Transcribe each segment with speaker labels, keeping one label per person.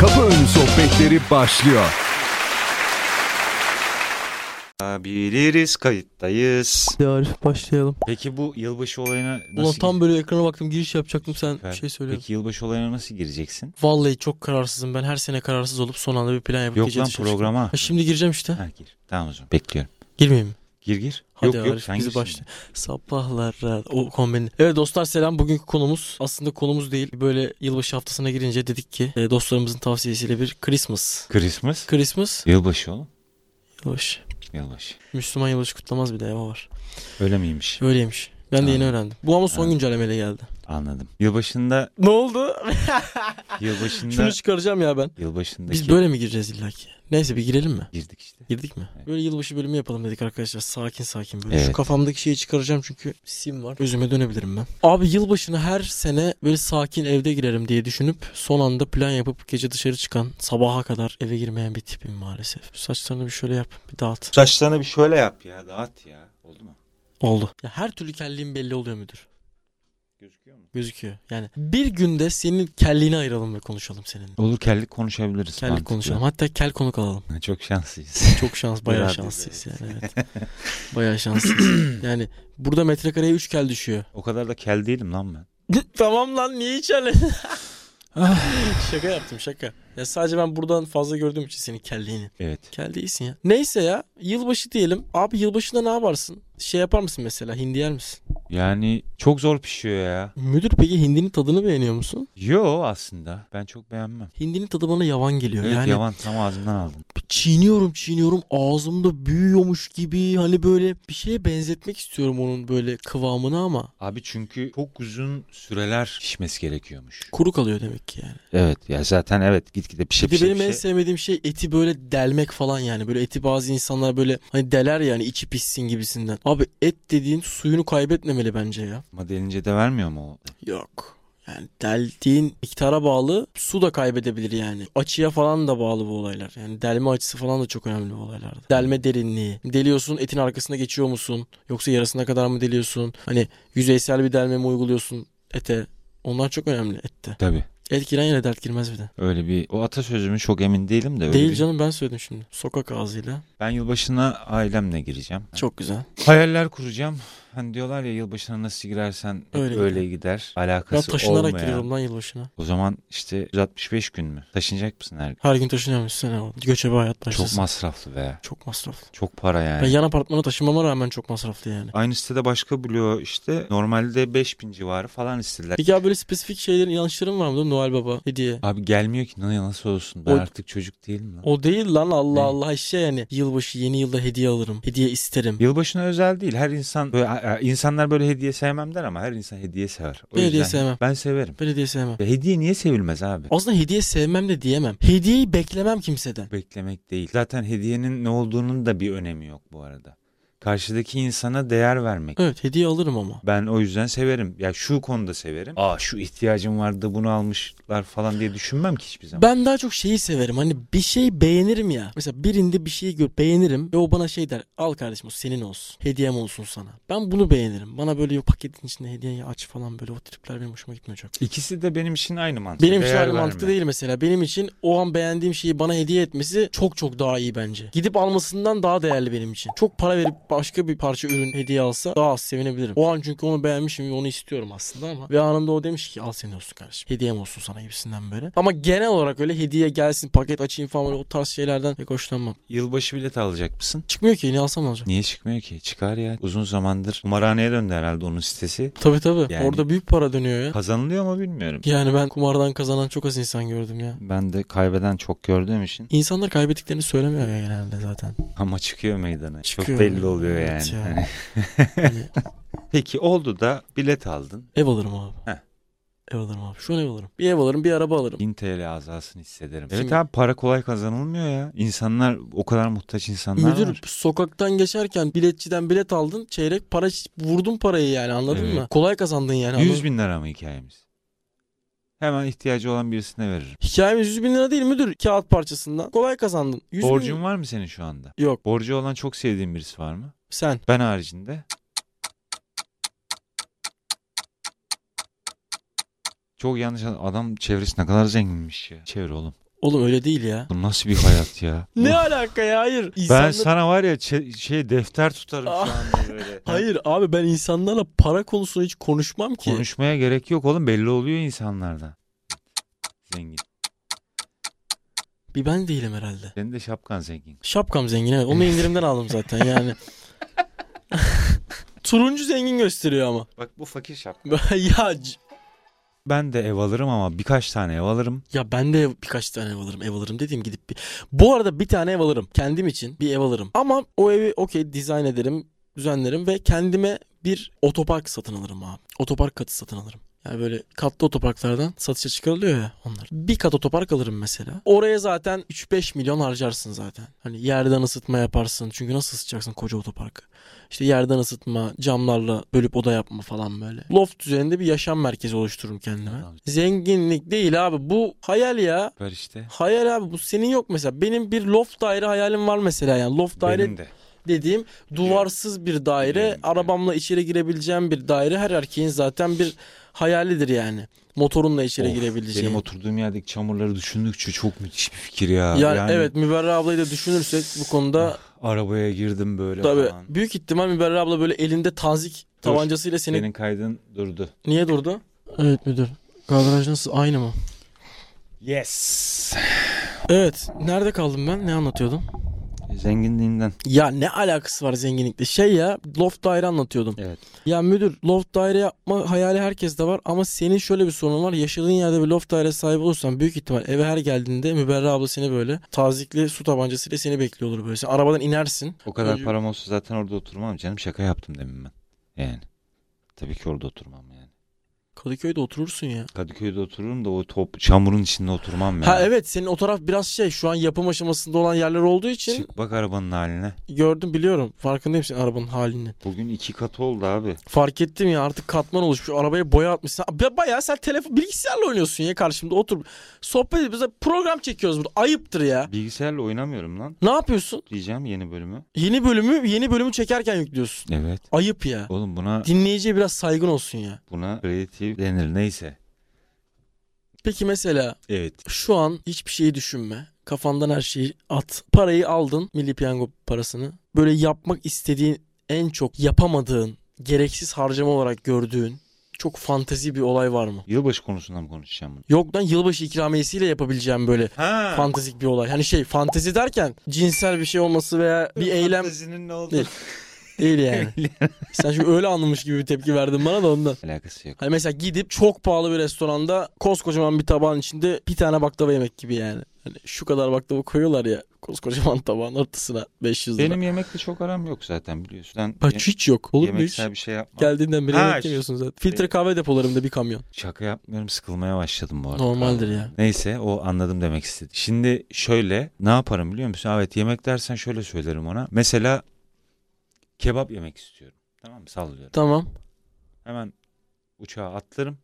Speaker 1: Kapı Önü Sohbetleri başlıyor.
Speaker 2: Biliriz kayıttayız.
Speaker 3: Diyor başlayalım.
Speaker 2: Peki bu yılbaşı olayına nasıl
Speaker 3: Ulan tam böyle ekrana baktım giriş yapacaktım sen
Speaker 2: Süper.
Speaker 3: bir şey söyle.
Speaker 2: Peki yılbaşı olayına nasıl gireceksin?
Speaker 3: Vallahi çok kararsızım ben her sene kararsız olup son anda bir plan yapıp
Speaker 2: Yok
Speaker 3: gece
Speaker 2: lan
Speaker 3: dışarı çıktım.
Speaker 2: programa.
Speaker 3: Ha, şimdi gireceğim işte.
Speaker 2: Ha, gir. Tamam o zaman. Bekliyorum.
Speaker 3: Girmeyeyim mi?
Speaker 2: Gir gir.
Speaker 3: Hadi
Speaker 2: yok
Speaker 3: Arif,
Speaker 2: yok sen
Speaker 3: bizi
Speaker 2: girsin.
Speaker 3: başla. Sabahlar e, o kombini. Evet dostlar selam. Bugünkü konumuz aslında konumuz değil. Böyle yılbaşı haftasına girince dedik ki e, dostlarımızın tavsiyesiyle bir Christmas.
Speaker 2: Christmas.
Speaker 3: Christmas.
Speaker 2: Yılbaşı oğlum.
Speaker 3: Yılbaşı.
Speaker 2: Yılbaşı.
Speaker 3: Müslüman yılbaşı kutlamaz bir de o var.
Speaker 2: Öyle miymiş?
Speaker 3: Öyleymiş. Ben de yeni
Speaker 2: Ha.
Speaker 3: öğrendim. Bu ama son
Speaker 2: Ha.
Speaker 3: güncellemeyle geldi.
Speaker 2: Anladım. Yılbaşında
Speaker 3: Ne oldu?
Speaker 2: yılbaşında
Speaker 3: Şunu çıkaracağım ya ben.
Speaker 2: yılbaşındaki
Speaker 3: Biz böyle mi gireceğiz illaki? Neyse bir girelim mi?
Speaker 2: girdik işte.
Speaker 3: Girdik mi?
Speaker 2: Evet.
Speaker 3: Böyle yılbaşı bölümü yapalım dedik arkadaşlar. Sakin sakin böyle. Şu
Speaker 2: Evet.
Speaker 3: kafamdaki şeyi çıkaracağım çünkü sim var. Özüme dönebilirim ben. Abi yılbaşını her sene böyle sakin evde girerim diye düşünüp son anda plan yapıp gece dışarı çıkan sabaha kadar eve girmeyen bir tipim maalesef. Saçlarını bir şöyle yap bir dağıt.
Speaker 2: Saçlarını bir şöyle yap ya. Dağıt ya. Oldu mu?
Speaker 3: Oldu. Ya her türlü kelliğin belli oluyor müdür.
Speaker 2: Gözüküyor mu?
Speaker 3: Gözüküyor. Yani bir günde senin kelliğini ayıralım ve konuşalım seninle.
Speaker 2: Olur kellik konuşabiliriz.
Speaker 3: Kellik
Speaker 2: mantıklı.
Speaker 3: konuşalım. Hatta kel konuk alalım.
Speaker 2: Çok şanslıyız.
Speaker 3: Çok şans, bayağı
Speaker 2: Biraz
Speaker 3: şanslıyız yani. Evet. Bayağı şanslıyız. yani burada metrekareye 3 kel düşüyor.
Speaker 2: o kadar da kel değilim lan ben.
Speaker 3: tamam lan niye içerle? şaka yaptım şaka. Ya sadece ben buradan fazla gördüğüm için senin kelliğini.
Speaker 2: Evet.
Speaker 3: Kel değilsin ya. Neyse ya yılbaşı diyelim. Abi yılbaşında ne yaparsın? Şey yapar mısın mesela hindi yer misin?
Speaker 2: Yani çok zor pişiyor ya.
Speaker 3: Müdür peki hindinin tadını beğeniyor musun?
Speaker 2: Yo aslında. Ben çok beğenmem.
Speaker 3: Hindinin tadı bana yavan geliyor.
Speaker 2: Evet
Speaker 3: yani
Speaker 2: yavan tam ağzımdan aldım.
Speaker 3: çiğniyorum çiğniyorum ağzımda büyüyormuş gibi hani böyle bir şeye benzetmek istiyorum onun böyle kıvamını ama
Speaker 2: Abi çünkü çok uzun süreler pişmesi gerekiyormuş.
Speaker 3: kuru kalıyor demek ki yani.
Speaker 2: Evet ya zaten evet gitgide pişe
Speaker 3: Bir de benim en sevmediğim şey eti böyle delmek falan yani. Böyle eti bazı insanlar böyle hani deler yani içi pişsin gibisinden. Abi et dediğin suyunu kaybetmemeli bence ya.
Speaker 2: Ama delince de vermiyor mu o?
Speaker 3: Yok. Yani deldiğin miktara bağlı su da kaybedebilir yani. Açıya falan da bağlı bu olaylar. Yani delme açısı falan da çok önemli bu olaylarda. Delme derinliği. Deliyorsun etin arkasına geçiyor musun? Yoksa yarısına kadar mı deliyorsun? Hani yüzeysel bir delme mi uyguluyorsun ete? Onlar çok önemli ette.
Speaker 2: Tabii.
Speaker 3: Et giren yere dert girmez bir de.
Speaker 2: Öyle bir o atasözümü çok emin değilim de öyle
Speaker 3: Değil
Speaker 2: bir-
Speaker 3: canım ben söyledim şimdi. Sokak ağzıyla.
Speaker 2: Ben yılbaşına ailemle gireceğim.
Speaker 3: Çok güzel.
Speaker 2: Hayaller kuracağım. Hani diyorlar ya yılbaşına nasıl girersen hep
Speaker 3: Öyle
Speaker 2: öyle, gider.
Speaker 3: Ben
Speaker 2: Alakası
Speaker 3: taşınarak
Speaker 2: olmayan.
Speaker 3: giriyorum lan yılbaşına.
Speaker 2: O zaman işte 165 gün mü? Taşınacak mısın her gün?
Speaker 3: Her gün taşınıyormuşsun. sen oğlum. Göçebe hayat başlasın.
Speaker 2: Çok masraflı be.
Speaker 3: Çok masraflı.
Speaker 2: Çok para yani.
Speaker 3: Ben yan apartmana taşınmama rağmen çok masraflı yani.
Speaker 2: Aynı sitede başka bloğu işte normalde 5000 civarı falan istediler.
Speaker 3: Peki abi böyle spesifik şeylerin yanlışların var mı? Noel Baba hediye.
Speaker 2: Abi gelmiyor ki ne nasıl olsun ben
Speaker 3: O-
Speaker 2: artık çocuk değilim lan.
Speaker 3: O değil lan Allah
Speaker 2: Ne?
Speaker 3: Allah işte yani yılbaşı yeni yılda hediye alırım. Hediye isterim.
Speaker 2: Yılbaşına özel değil. Her insan böyle, a- a- insanlar böyle hediye sevmem der ama her insan hediye sever. O
Speaker 3: Ben
Speaker 2: yüzden
Speaker 3: hediye sevmem.
Speaker 2: Ben severim.
Speaker 3: Ben hediye sevmem.
Speaker 2: Ya hediye niye sevilmez abi?
Speaker 3: Aslında hediye sevmem de diyemem. Hediyeyi beklemem kimseden.
Speaker 2: Beklemek değil. Zaten hediyenin ne olduğunun da bir önemi yok bu arada. Karşıdaki insana değer vermek.
Speaker 3: Evet hediye alırım ama.
Speaker 2: Ben o yüzden severim. Ya şu konuda severim. Aa şu ihtiyacım vardı bunu almışlar falan diye düşünmem ki hiçbir zaman.
Speaker 3: Ben daha çok şeyi severim. Hani bir şey beğenirim ya. Mesela birinde bir şeyi gör, beğenirim ve o bana şey der. Al kardeşim o senin olsun. Hediyem olsun sana. Ben bunu beğenirim. Bana böyle yok paketin içinde hediyeyi aç falan böyle o tripler benim hoşuma gitmiyor çok.
Speaker 2: İkisi de benim için aynı mantık.
Speaker 3: Benim için
Speaker 2: Değer
Speaker 3: aynı mantıklı
Speaker 2: verme.
Speaker 3: değil mesela. Benim için o an beğendiğim şeyi bana hediye etmesi çok çok daha iyi bence. Gidip almasından daha değerli benim için. Çok para verip başka bir parça ürün hediye alsa daha az sevinebilirim. O an çünkü onu beğenmişim ve onu istiyorum aslında ama. Ve anında o demiş ki al senin olsun kardeşim. Hediyem olsun sana gibisinden böyle. Ama genel olarak öyle hediye gelsin paket açayım falan böyle o tarz şeylerden pek hoşlanmam.
Speaker 2: Yılbaşı bileti alacak mısın?
Speaker 3: Çıkmıyor ki ne alsam alacağım.
Speaker 2: Niye çıkmıyor ki? Çıkar ya. Uzun zamandır kumarhaneye döndü herhalde onun sitesi.
Speaker 3: Tabii tabii.
Speaker 2: Yani-
Speaker 3: Orada büyük para dönüyor ya.
Speaker 2: Kazanılıyor mu bilmiyorum.
Speaker 3: Yani ben kumardan kazanan çok az insan gördüm ya.
Speaker 2: Ben de kaybeden çok gördüğüm için
Speaker 3: İnsanlar kaybettiklerini söylemiyor ya genelde zaten.
Speaker 2: ama çıkıyor meydana.
Speaker 3: Çıkıyor.
Speaker 2: Çok belli oluyor
Speaker 3: Evet
Speaker 2: yani. hani.
Speaker 3: ya. Hani-
Speaker 2: Peki oldu da bilet aldın.
Speaker 3: Ev alırım abi.
Speaker 2: Heh.
Speaker 3: Ev alırım abi. Şu an ev alırım. Bir ev alırım, bir araba alırım.
Speaker 2: 1000 TL azasını hissederim. Evet
Speaker 3: Şimdi-
Speaker 2: abi para kolay kazanılmıyor ya. İnsanlar o kadar muhtaç insanlar
Speaker 3: Müdür
Speaker 2: var.
Speaker 3: sokaktan geçerken biletçiden bilet aldın. Çeyrek para vurdun parayı yani anladın
Speaker 2: Evet.
Speaker 3: mı? Kolay kazandın yani.
Speaker 2: 100
Speaker 3: anladın-
Speaker 2: bin lira mı hikayemiz? Hemen ihtiyacı olan birisine veririm.
Speaker 3: Hikayemiz 100 bin lira değil müdür. Kağıt parçasından. Kolay kazandın. 100 bin-
Speaker 2: Borcun var mı senin şu anda?
Speaker 3: Yok
Speaker 2: Borcu olan çok sevdiğin birisi var mı?
Speaker 3: sen.
Speaker 2: Ben haricinde. Çok yanlış adam çevresi ne kadar zenginmiş ya. Çevir oğlum.
Speaker 3: Oğlum öyle değil ya.
Speaker 2: Bu nasıl bir hayat ya? Bu-
Speaker 3: Ne alaka ya hayır.
Speaker 2: ben
Speaker 3: İnsanlar-
Speaker 2: sana var ya çe- şey defter tutarım şu anda böyle.
Speaker 3: Hayır abi ben insanlarla para konusunu hiç konuşmam ki.
Speaker 2: Konuşmaya gerek yok oğlum belli oluyor insanlardan. Zengin.
Speaker 3: Bir ben değilim herhalde.
Speaker 2: Senin de şapkan zengin.
Speaker 3: Şapkam zengin evet. Onu indirimden aldım zaten yani. Turuncu zengin gösteriyor ama.
Speaker 2: Bak bu fakir şapka.
Speaker 3: ya c-
Speaker 2: Ben de ev alırım ama birkaç tane ev alırım.
Speaker 3: ya ben de birkaç tane ev alırım. Ev alırım dediğim gidip bir. Bu arada bir tane ev alırım. Kendim için bir ev alırım. Ama o evi okey dizayn ederim, düzenlerim ve kendime bir otopark satın alırım abi. Otopark katı satın alırım. Yani böyle katlı otoparklardan satışa çıkarılıyor ya onlar. Bir kat otopark alırım mesela. Oraya zaten 3-5 milyon harcarsın zaten. Hani yerden ısıtma yaparsın. Çünkü nasıl ısıtacaksın koca otoparkı? İşte yerden ısıtma, camlarla bölüp oda yapma falan böyle. Loft üzerinde bir yaşam merkezi oluştururum kendime.
Speaker 2: Tamam.
Speaker 3: Zenginlik değil abi bu hayal ya.
Speaker 2: Ver işte.
Speaker 3: Hayal abi bu senin yok mesela. Benim bir loft daire hayalim var mesela yani. Loft daire
Speaker 2: Benim de.
Speaker 3: dediğim duvarsız bir daire,
Speaker 2: Biliyorum, biliyorum.
Speaker 3: arabamla içeri girebileceğim bir daire her erkeğin zaten bir hayalidir yani. Motorunla içeri
Speaker 2: Of,
Speaker 3: girebileceğim.
Speaker 2: Benim oturduğum yerdeki çamurları düşündükçe çok müthiş bir fikir ya.
Speaker 3: yani, evet Müberra ablayı da düşünürsek bu konuda
Speaker 2: Ah, Arabaya girdim böyle
Speaker 3: tabii
Speaker 2: falan.
Speaker 3: büyük ihtimal Müberra abla böyle elinde tazik
Speaker 2: Dur,
Speaker 3: tabancasıyla seni
Speaker 2: Senin kaydın durdu.
Speaker 3: niye durdu? Evet müdür. Kadraj nasıl? Aynı mı?
Speaker 2: Yes.
Speaker 3: Evet. Nerede kaldım ben? Ne anlatıyordum?
Speaker 2: E, Zenginliğinden.
Speaker 3: Ya ne alakası var zenginlikle? Şey ya loft daire anlatıyordum.
Speaker 2: Evet.
Speaker 3: Ya müdür loft daire yapma hayali herkeste var ama senin şöyle bir sorunun var. Yaşadığın yerde bir loft daire sahibi olursan büyük ihtimal eve her geldiğinde Müberra abla seni böyle tazikli su tabancasıyla seni bekliyor olur böyle. Sen arabadan inersin.
Speaker 2: O kadar
Speaker 3: Önce-
Speaker 2: param olsa zaten orada oturmam canım. Şaka yaptım demin ben. Yani. Tabii ki orada oturmam yani.
Speaker 3: Kadıköy'de oturursun ya.
Speaker 2: Kadıköy'de otururum da o top çamurun içinde oturmam yani.
Speaker 3: Ha evet senin o taraf biraz şey şu an yapım aşamasında olan yerler olduğu için
Speaker 2: Çık bak arabanın haline.
Speaker 3: gördüm biliyorum. Farkındayım senin arabanın halini.
Speaker 2: Bugün iki kat oldu abi.
Speaker 3: Fark ettim ya artık katman oluşmuş. Arabaya boya atmışsın. Ya Bayağı sen telefon bilgisayarla oynuyorsun ya karşımda otur. Sohbet ediyoruz. Biz de Program çekiyoruz burada. Ayıptır ya.
Speaker 2: Bilgisayarla oynamıyorum lan.
Speaker 3: Ne yapıyorsun?
Speaker 2: Diyeceğim yeni bölümü.
Speaker 3: Yeni bölümü yeni bölümü çekerken yüklüyorsun.
Speaker 2: Evet.
Speaker 3: Ayıp ya.
Speaker 2: Oğlum buna
Speaker 3: Dinleyiciye biraz saygın olsun ya.
Speaker 2: buna kreatif denir neyse.
Speaker 3: Peki mesela
Speaker 2: Evet.
Speaker 3: şu an hiçbir şeyi düşünme. Kafandan her şeyi at. Parayı aldın milli piyango parasını. Böyle yapmak istediğin en çok yapamadığın, gereksiz harcama olarak gördüğün çok fantezi bir olay var mı?
Speaker 2: Yılbaşı konusundan mı konuşacağım bunu?
Speaker 3: Yok lan yılbaşı ikramiyesiyle yapabileceğim böyle
Speaker 2: Ha.
Speaker 3: fantezik bir olay. Hani şey fantezi derken cinsel bir şey olması veya bir eylem
Speaker 2: ne
Speaker 3: Ne? değil yani. Sen şimdi öyle anlamış gibi bir tepki verdin bana da ondan.
Speaker 2: Alakası yok.
Speaker 3: Hani mesela gidip çok pahalı bir restoranda koskocaman bir tabağın içinde bir tane baklava yemek gibi yani. Hani şu kadar baklava koyuyorlar ya koskocaman tabağın ortasına 500 lira.
Speaker 2: Benim yemekle çok aram yok zaten biliyorsun. Ben
Speaker 3: Bak
Speaker 2: ye-
Speaker 3: hiç yok. Olur mu hiç?
Speaker 2: yemeksel bir şey yapmam.
Speaker 3: Geldiğinden beri
Speaker 2: Ha,
Speaker 3: yemek
Speaker 2: şu-
Speaker 3: yemiyorsun zaten. Filtre kahve depolarımda bir kamyon.
Speaker 2: Şaka yapmıyorum sıkılmaya başladım bu arada.
Speaker 3: Normaldir ya.
Speaker 2: Neyse o anladım demek istedim. Şimdi şöyle ne yaparım biliyor musun? Ha, Evet yemek dersen şöyle söylerim ona. Mesela kebap yemek istiyorum. Tamam mı? Sallıyorum.
Speaker 3: Tamam.
Speaker 2: Hemen uçağa atlarım.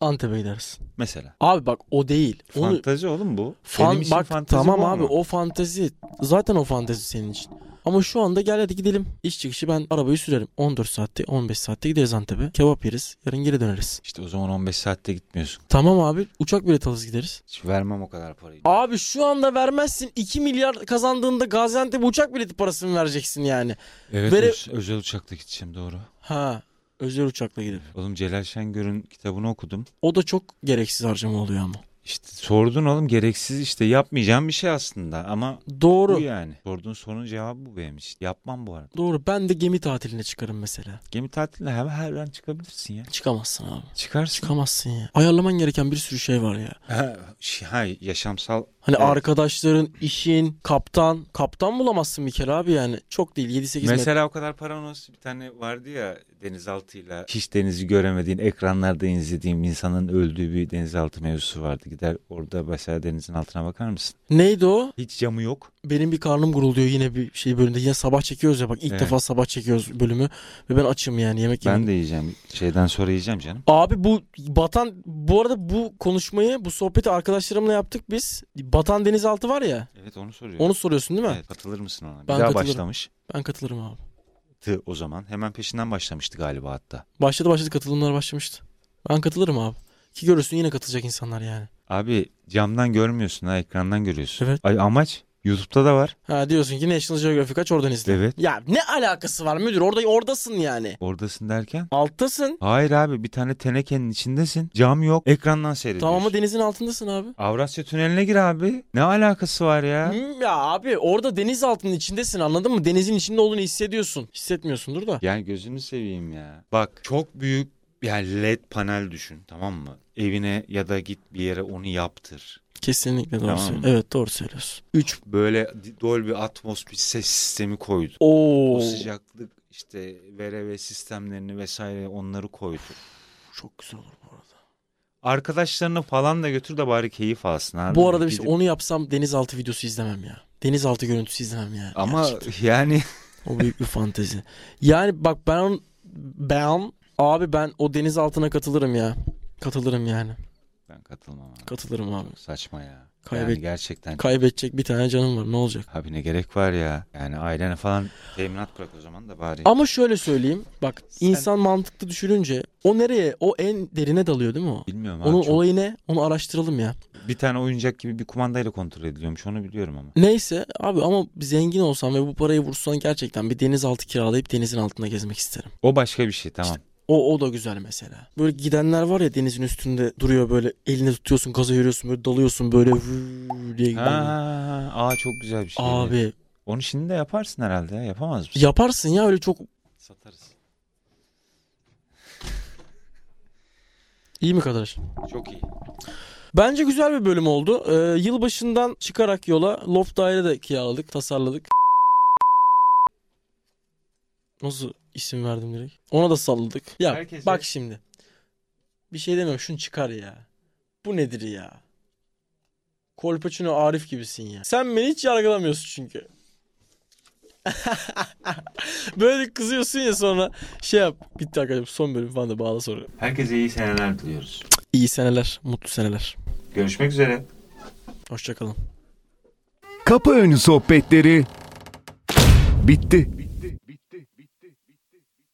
Speaker 3: Antep'e gidersin.
Speaker 2: Mesela.
Speaker 3: Abi bak o değil. Onu
Speaker 2: Fantazi oğlum bu. Benim
Speaker 3: Fan,
Speaker 2: için
Speaker 3: bak
Speaker 2: fantezi
Speaker 3: tamam
Speaker 2: bu
Speaker 3: abi
Speaker 2: ama.
Speaker 3: o fantezi zaten o fantezi senin için. Ama şu anda gel hadi gidelim. İş çıkışı ben arabayı sürerim. 14 saatte 15 saatte gideriz Antep'e. Kebap yeriz. Yarın geri döneriz.
Speaker 2: İşte o zaman 15 saatte gitmiyorsun.
Speaker 3: Tamam abi uçak bileti alırız gideriz.
Speaker 2: Hiç vermem o kadar parayı.
Speaker 3: Abi şu anda vermezsin 2 milyar kazandığında Gaziantep uçak bileti parasını vereceksin yani.
Speaker 2: Evet
Speaker 3: Vere-
Speaker 2: öz- özel uçakla gideceğim doğru.
Speaker 3: Ha özel uçakla gidip.
Speaker 2: Oğlum Celal Şengör'ün kitabını okudum.
Speaker 3: O da çok gereksiz harcama oluyor ama.
Speaker 2: İşte sordun oğlum gereksiz işte yapmayacağım bir şey aslında ama
Speaker 3: Doğru.
Speaker 2: bu yani. Sorduğun sorunun cevabı bu benim işte. Yapmam bu arada.
Speaker 3: Doğru ben de gemi tatiline çıkarım mesela.
Speaker 2: Gemi tatiline hemen her an çıkabilirsin ya.
Speaker 3: Çıkamazsın abi.
Speaker 2: Çıkarsın.
Speaker 3: Çıkamazsın ya. Ayarlaman gereken bir sürü şey var ya.
Speaker 2: Ha, şey- ha, yaşamsal
Speaker 3: Hani
Speaker 2: Evet.
Speaker 3: arkadaşların, işin, kaptan. Kaptan bulamazsın bir kere abi yani. Çok değil 7-8 metre.
Speaker 2: Mesela o kadar paran olsun bir tane vardı ya denizaltıyla hiç denizi göremediğin ekranlarda izlediğim insanın öldüğü bir denizaltı mevzusu vardı. Gider orada mesela denizin altına bakar mısın?
Speaker 3: Neydi o?
Speaker 2: Hiç camı yok.
Speaker 3: Benim bir karnım gurulduyor yine bir şey bölümde. Yine sabah çekiyoruz ya bak ilk
Speaker 2: Evet.
Speaker 3: defa sabah çekiyoruz bölümü. Ve ben açım yani yemek yemedim.
Speaker 2: Ben de yiyeceğim. Şeyden sonra yiyeceğim canım.
Speaker 3: Abi bu batan bu arada bu konuşmayı bu sohbeti arkadaşlarımla yaptık biz. Batan denizaltı var ya.
Speaker 2: Evet onu soruyorum.
Speaker 3: Onu soruyorsun değil mi?
Speaker 2: Evet, katılır mısın ona? Bir
Speaker 3: Ben
Speaker 2: daha
Speaker 3: katılırım.
Speaker 2: başlamıştı
Speaker 3: Ben katılırım abi.
Speaker 2: o zaman. Hemen peşinden başlamıştı galiba hatta.
Speaker 3: Başladı başladı katılımlar başlamıştı. Ben katılırım abi. Ki görürsün yine katılacak insanlar yani.
Speaker 2: Abi camdan görmüyorsun ha ekrandan görüyorsun.
Speaker 3: Evet.
Speaker 2: Ay, amaç YouTube'da da var.
Speaker 3: Ha diyorsun ki National Geographic aç oradan izle.
Speaker 2: Evet.
Speaker 3: Ya ne alakası var müdür? Orada oradasın yani.
Speaker 2: Oradasın derken.
Speaker 3: Alttasın.
Speaker 2: Hayır abi bir tane tenekenin içindesin. Cam yok. Ekrandan seyrediyorsun.
Speaker 3: Tamam ama denizin altındasın abi.
Speaker 2: Avrasya Tüneli'ne gir abi. Ne alakası var ya?
Speaker 3: Hmm, Ya abi orada deniz altının içindesin anladın mı? Denizin içinde olduğunu hissediyorsun. Hissetmiyorsundur da.
Speaker 2: Yani gözünü seveyim ya. Bak çok büyük yani led panel düşün tamam mı? Evine ya da git bir yere onu yaptır.
Speaker 3: Kesinlikle doğru
Speaker 2: Tamam.
Speaker 3: söylüyorsun. Evet doğru söylüyorsun. 3.
Speaker 2: Böyle Dolby Atmos bir ses sistemi koydu.
Speaker 3: Oo.
Speaker 2: O sıcaklık işte VRV sistemlerini vesaire onları koydu.
Speaker 3: Çok güzel olur bu arada.
Speaker 2: Arkadaşlarını falan da götür de bari keyif alsın abi.
Speaker 3: Bu arada bir
Speaker 2: Gidip-
Speaker 3: şey, onu yapsam denizaltı videosu izlemem ya. Denizaltı görüntüsü izlemem yani.
Speaker 2: Ama
Speaker 3: Gerçekten.
Speaker 2: yani
Speaker 3: O büyük bir fantezi. Yani bak ben ben abi ben o deniz altına katılırım ya. Katılırım yani.
Speaker 2: ben katılmam abi.
Speaker 3: Katılırım abi.
Speaker 2: Saçma ya.
Speaker 3: Kaybet-
Speaker 2: Yani gerçekten
Speaker 3: Kaybedecek bir tane canım var ne olacak?
Speaker 2: abi ne gerek var ya. Yani ailene falan teminat bırak o zaman da bari.
Speaker 3: Ama şöyle söyleyeyim. Bak
Speaker 2: Sen-
Speaker 3: insan mantıklı düşününce o nereye? O en derine dalıyor değil mi o?
Speaker 2: Bilmiyorum abi.
Speaker 3: Onun
Speaker 2: çok-
Speaker 3: olayı ne? Onu araştıralım ya.
Speaker 2: Bir tane oyuncak gibi bir kumandayla kontrol ediliyormuş onu biliyorum ama.
Speaker 3: Neyse abi ama zengin olsam ve bu parayı vursan gerçekten bir denizaltı kiralayıp denizin altında gezmek isterim.
Speaker 2: O başka bir şey tamam.
Speaker 3: O, o da güzel mesela. Böyle gidenler var ya denizin üstünde duruyor böyle elini tutuyorsun gaza yürüyorsun böyle dalıyorsun böyle vuu diye
Speaker 2: ha,
Speaker 3: gidiyor.
Speaker 2: ha, ha. aa çok güzel bir şey.
Speaker 3: Abi
Speaker 2: Onu şimdi de yaparsın herhalde ya yapamaz mısın?
Speaker 3: yaparsın ya öyle çok
Speaker 2: Satarız.
Speaker 3: iyi mi kadar?
Speaker 2: Çok iyi.
Speaker 3: Bence güzel bir bölüm oldu. Ee, yılbaşından çıkarak yola loft daire de kiraladık, tasarladık. Nasıl isim verdim direkt? Ona da salladık. Ya
Speaker 2: Herkese-
Speaker 3: bak şimdi. Bir şey demiyorum. Şunu çıkar ya. Bu nedir ya? Kolpaçino Arif gibisin ya. Sen beni hiç yargılamıyorsun çünkü. Böyle kızıyorsun ya sonra şey yap. Bitti arkadaşlar son bölüm falan da bağla sonra.
Speaker 2: Herkese iyi seneler diliyoruz.
Speaker 3: İyi seneler, mutlu seneler.
Speaker 2: Görüşmek üzere.
Speaker 3: Hoşçakalın.
Speaker 1: Kapı önü sohbetleri bitti.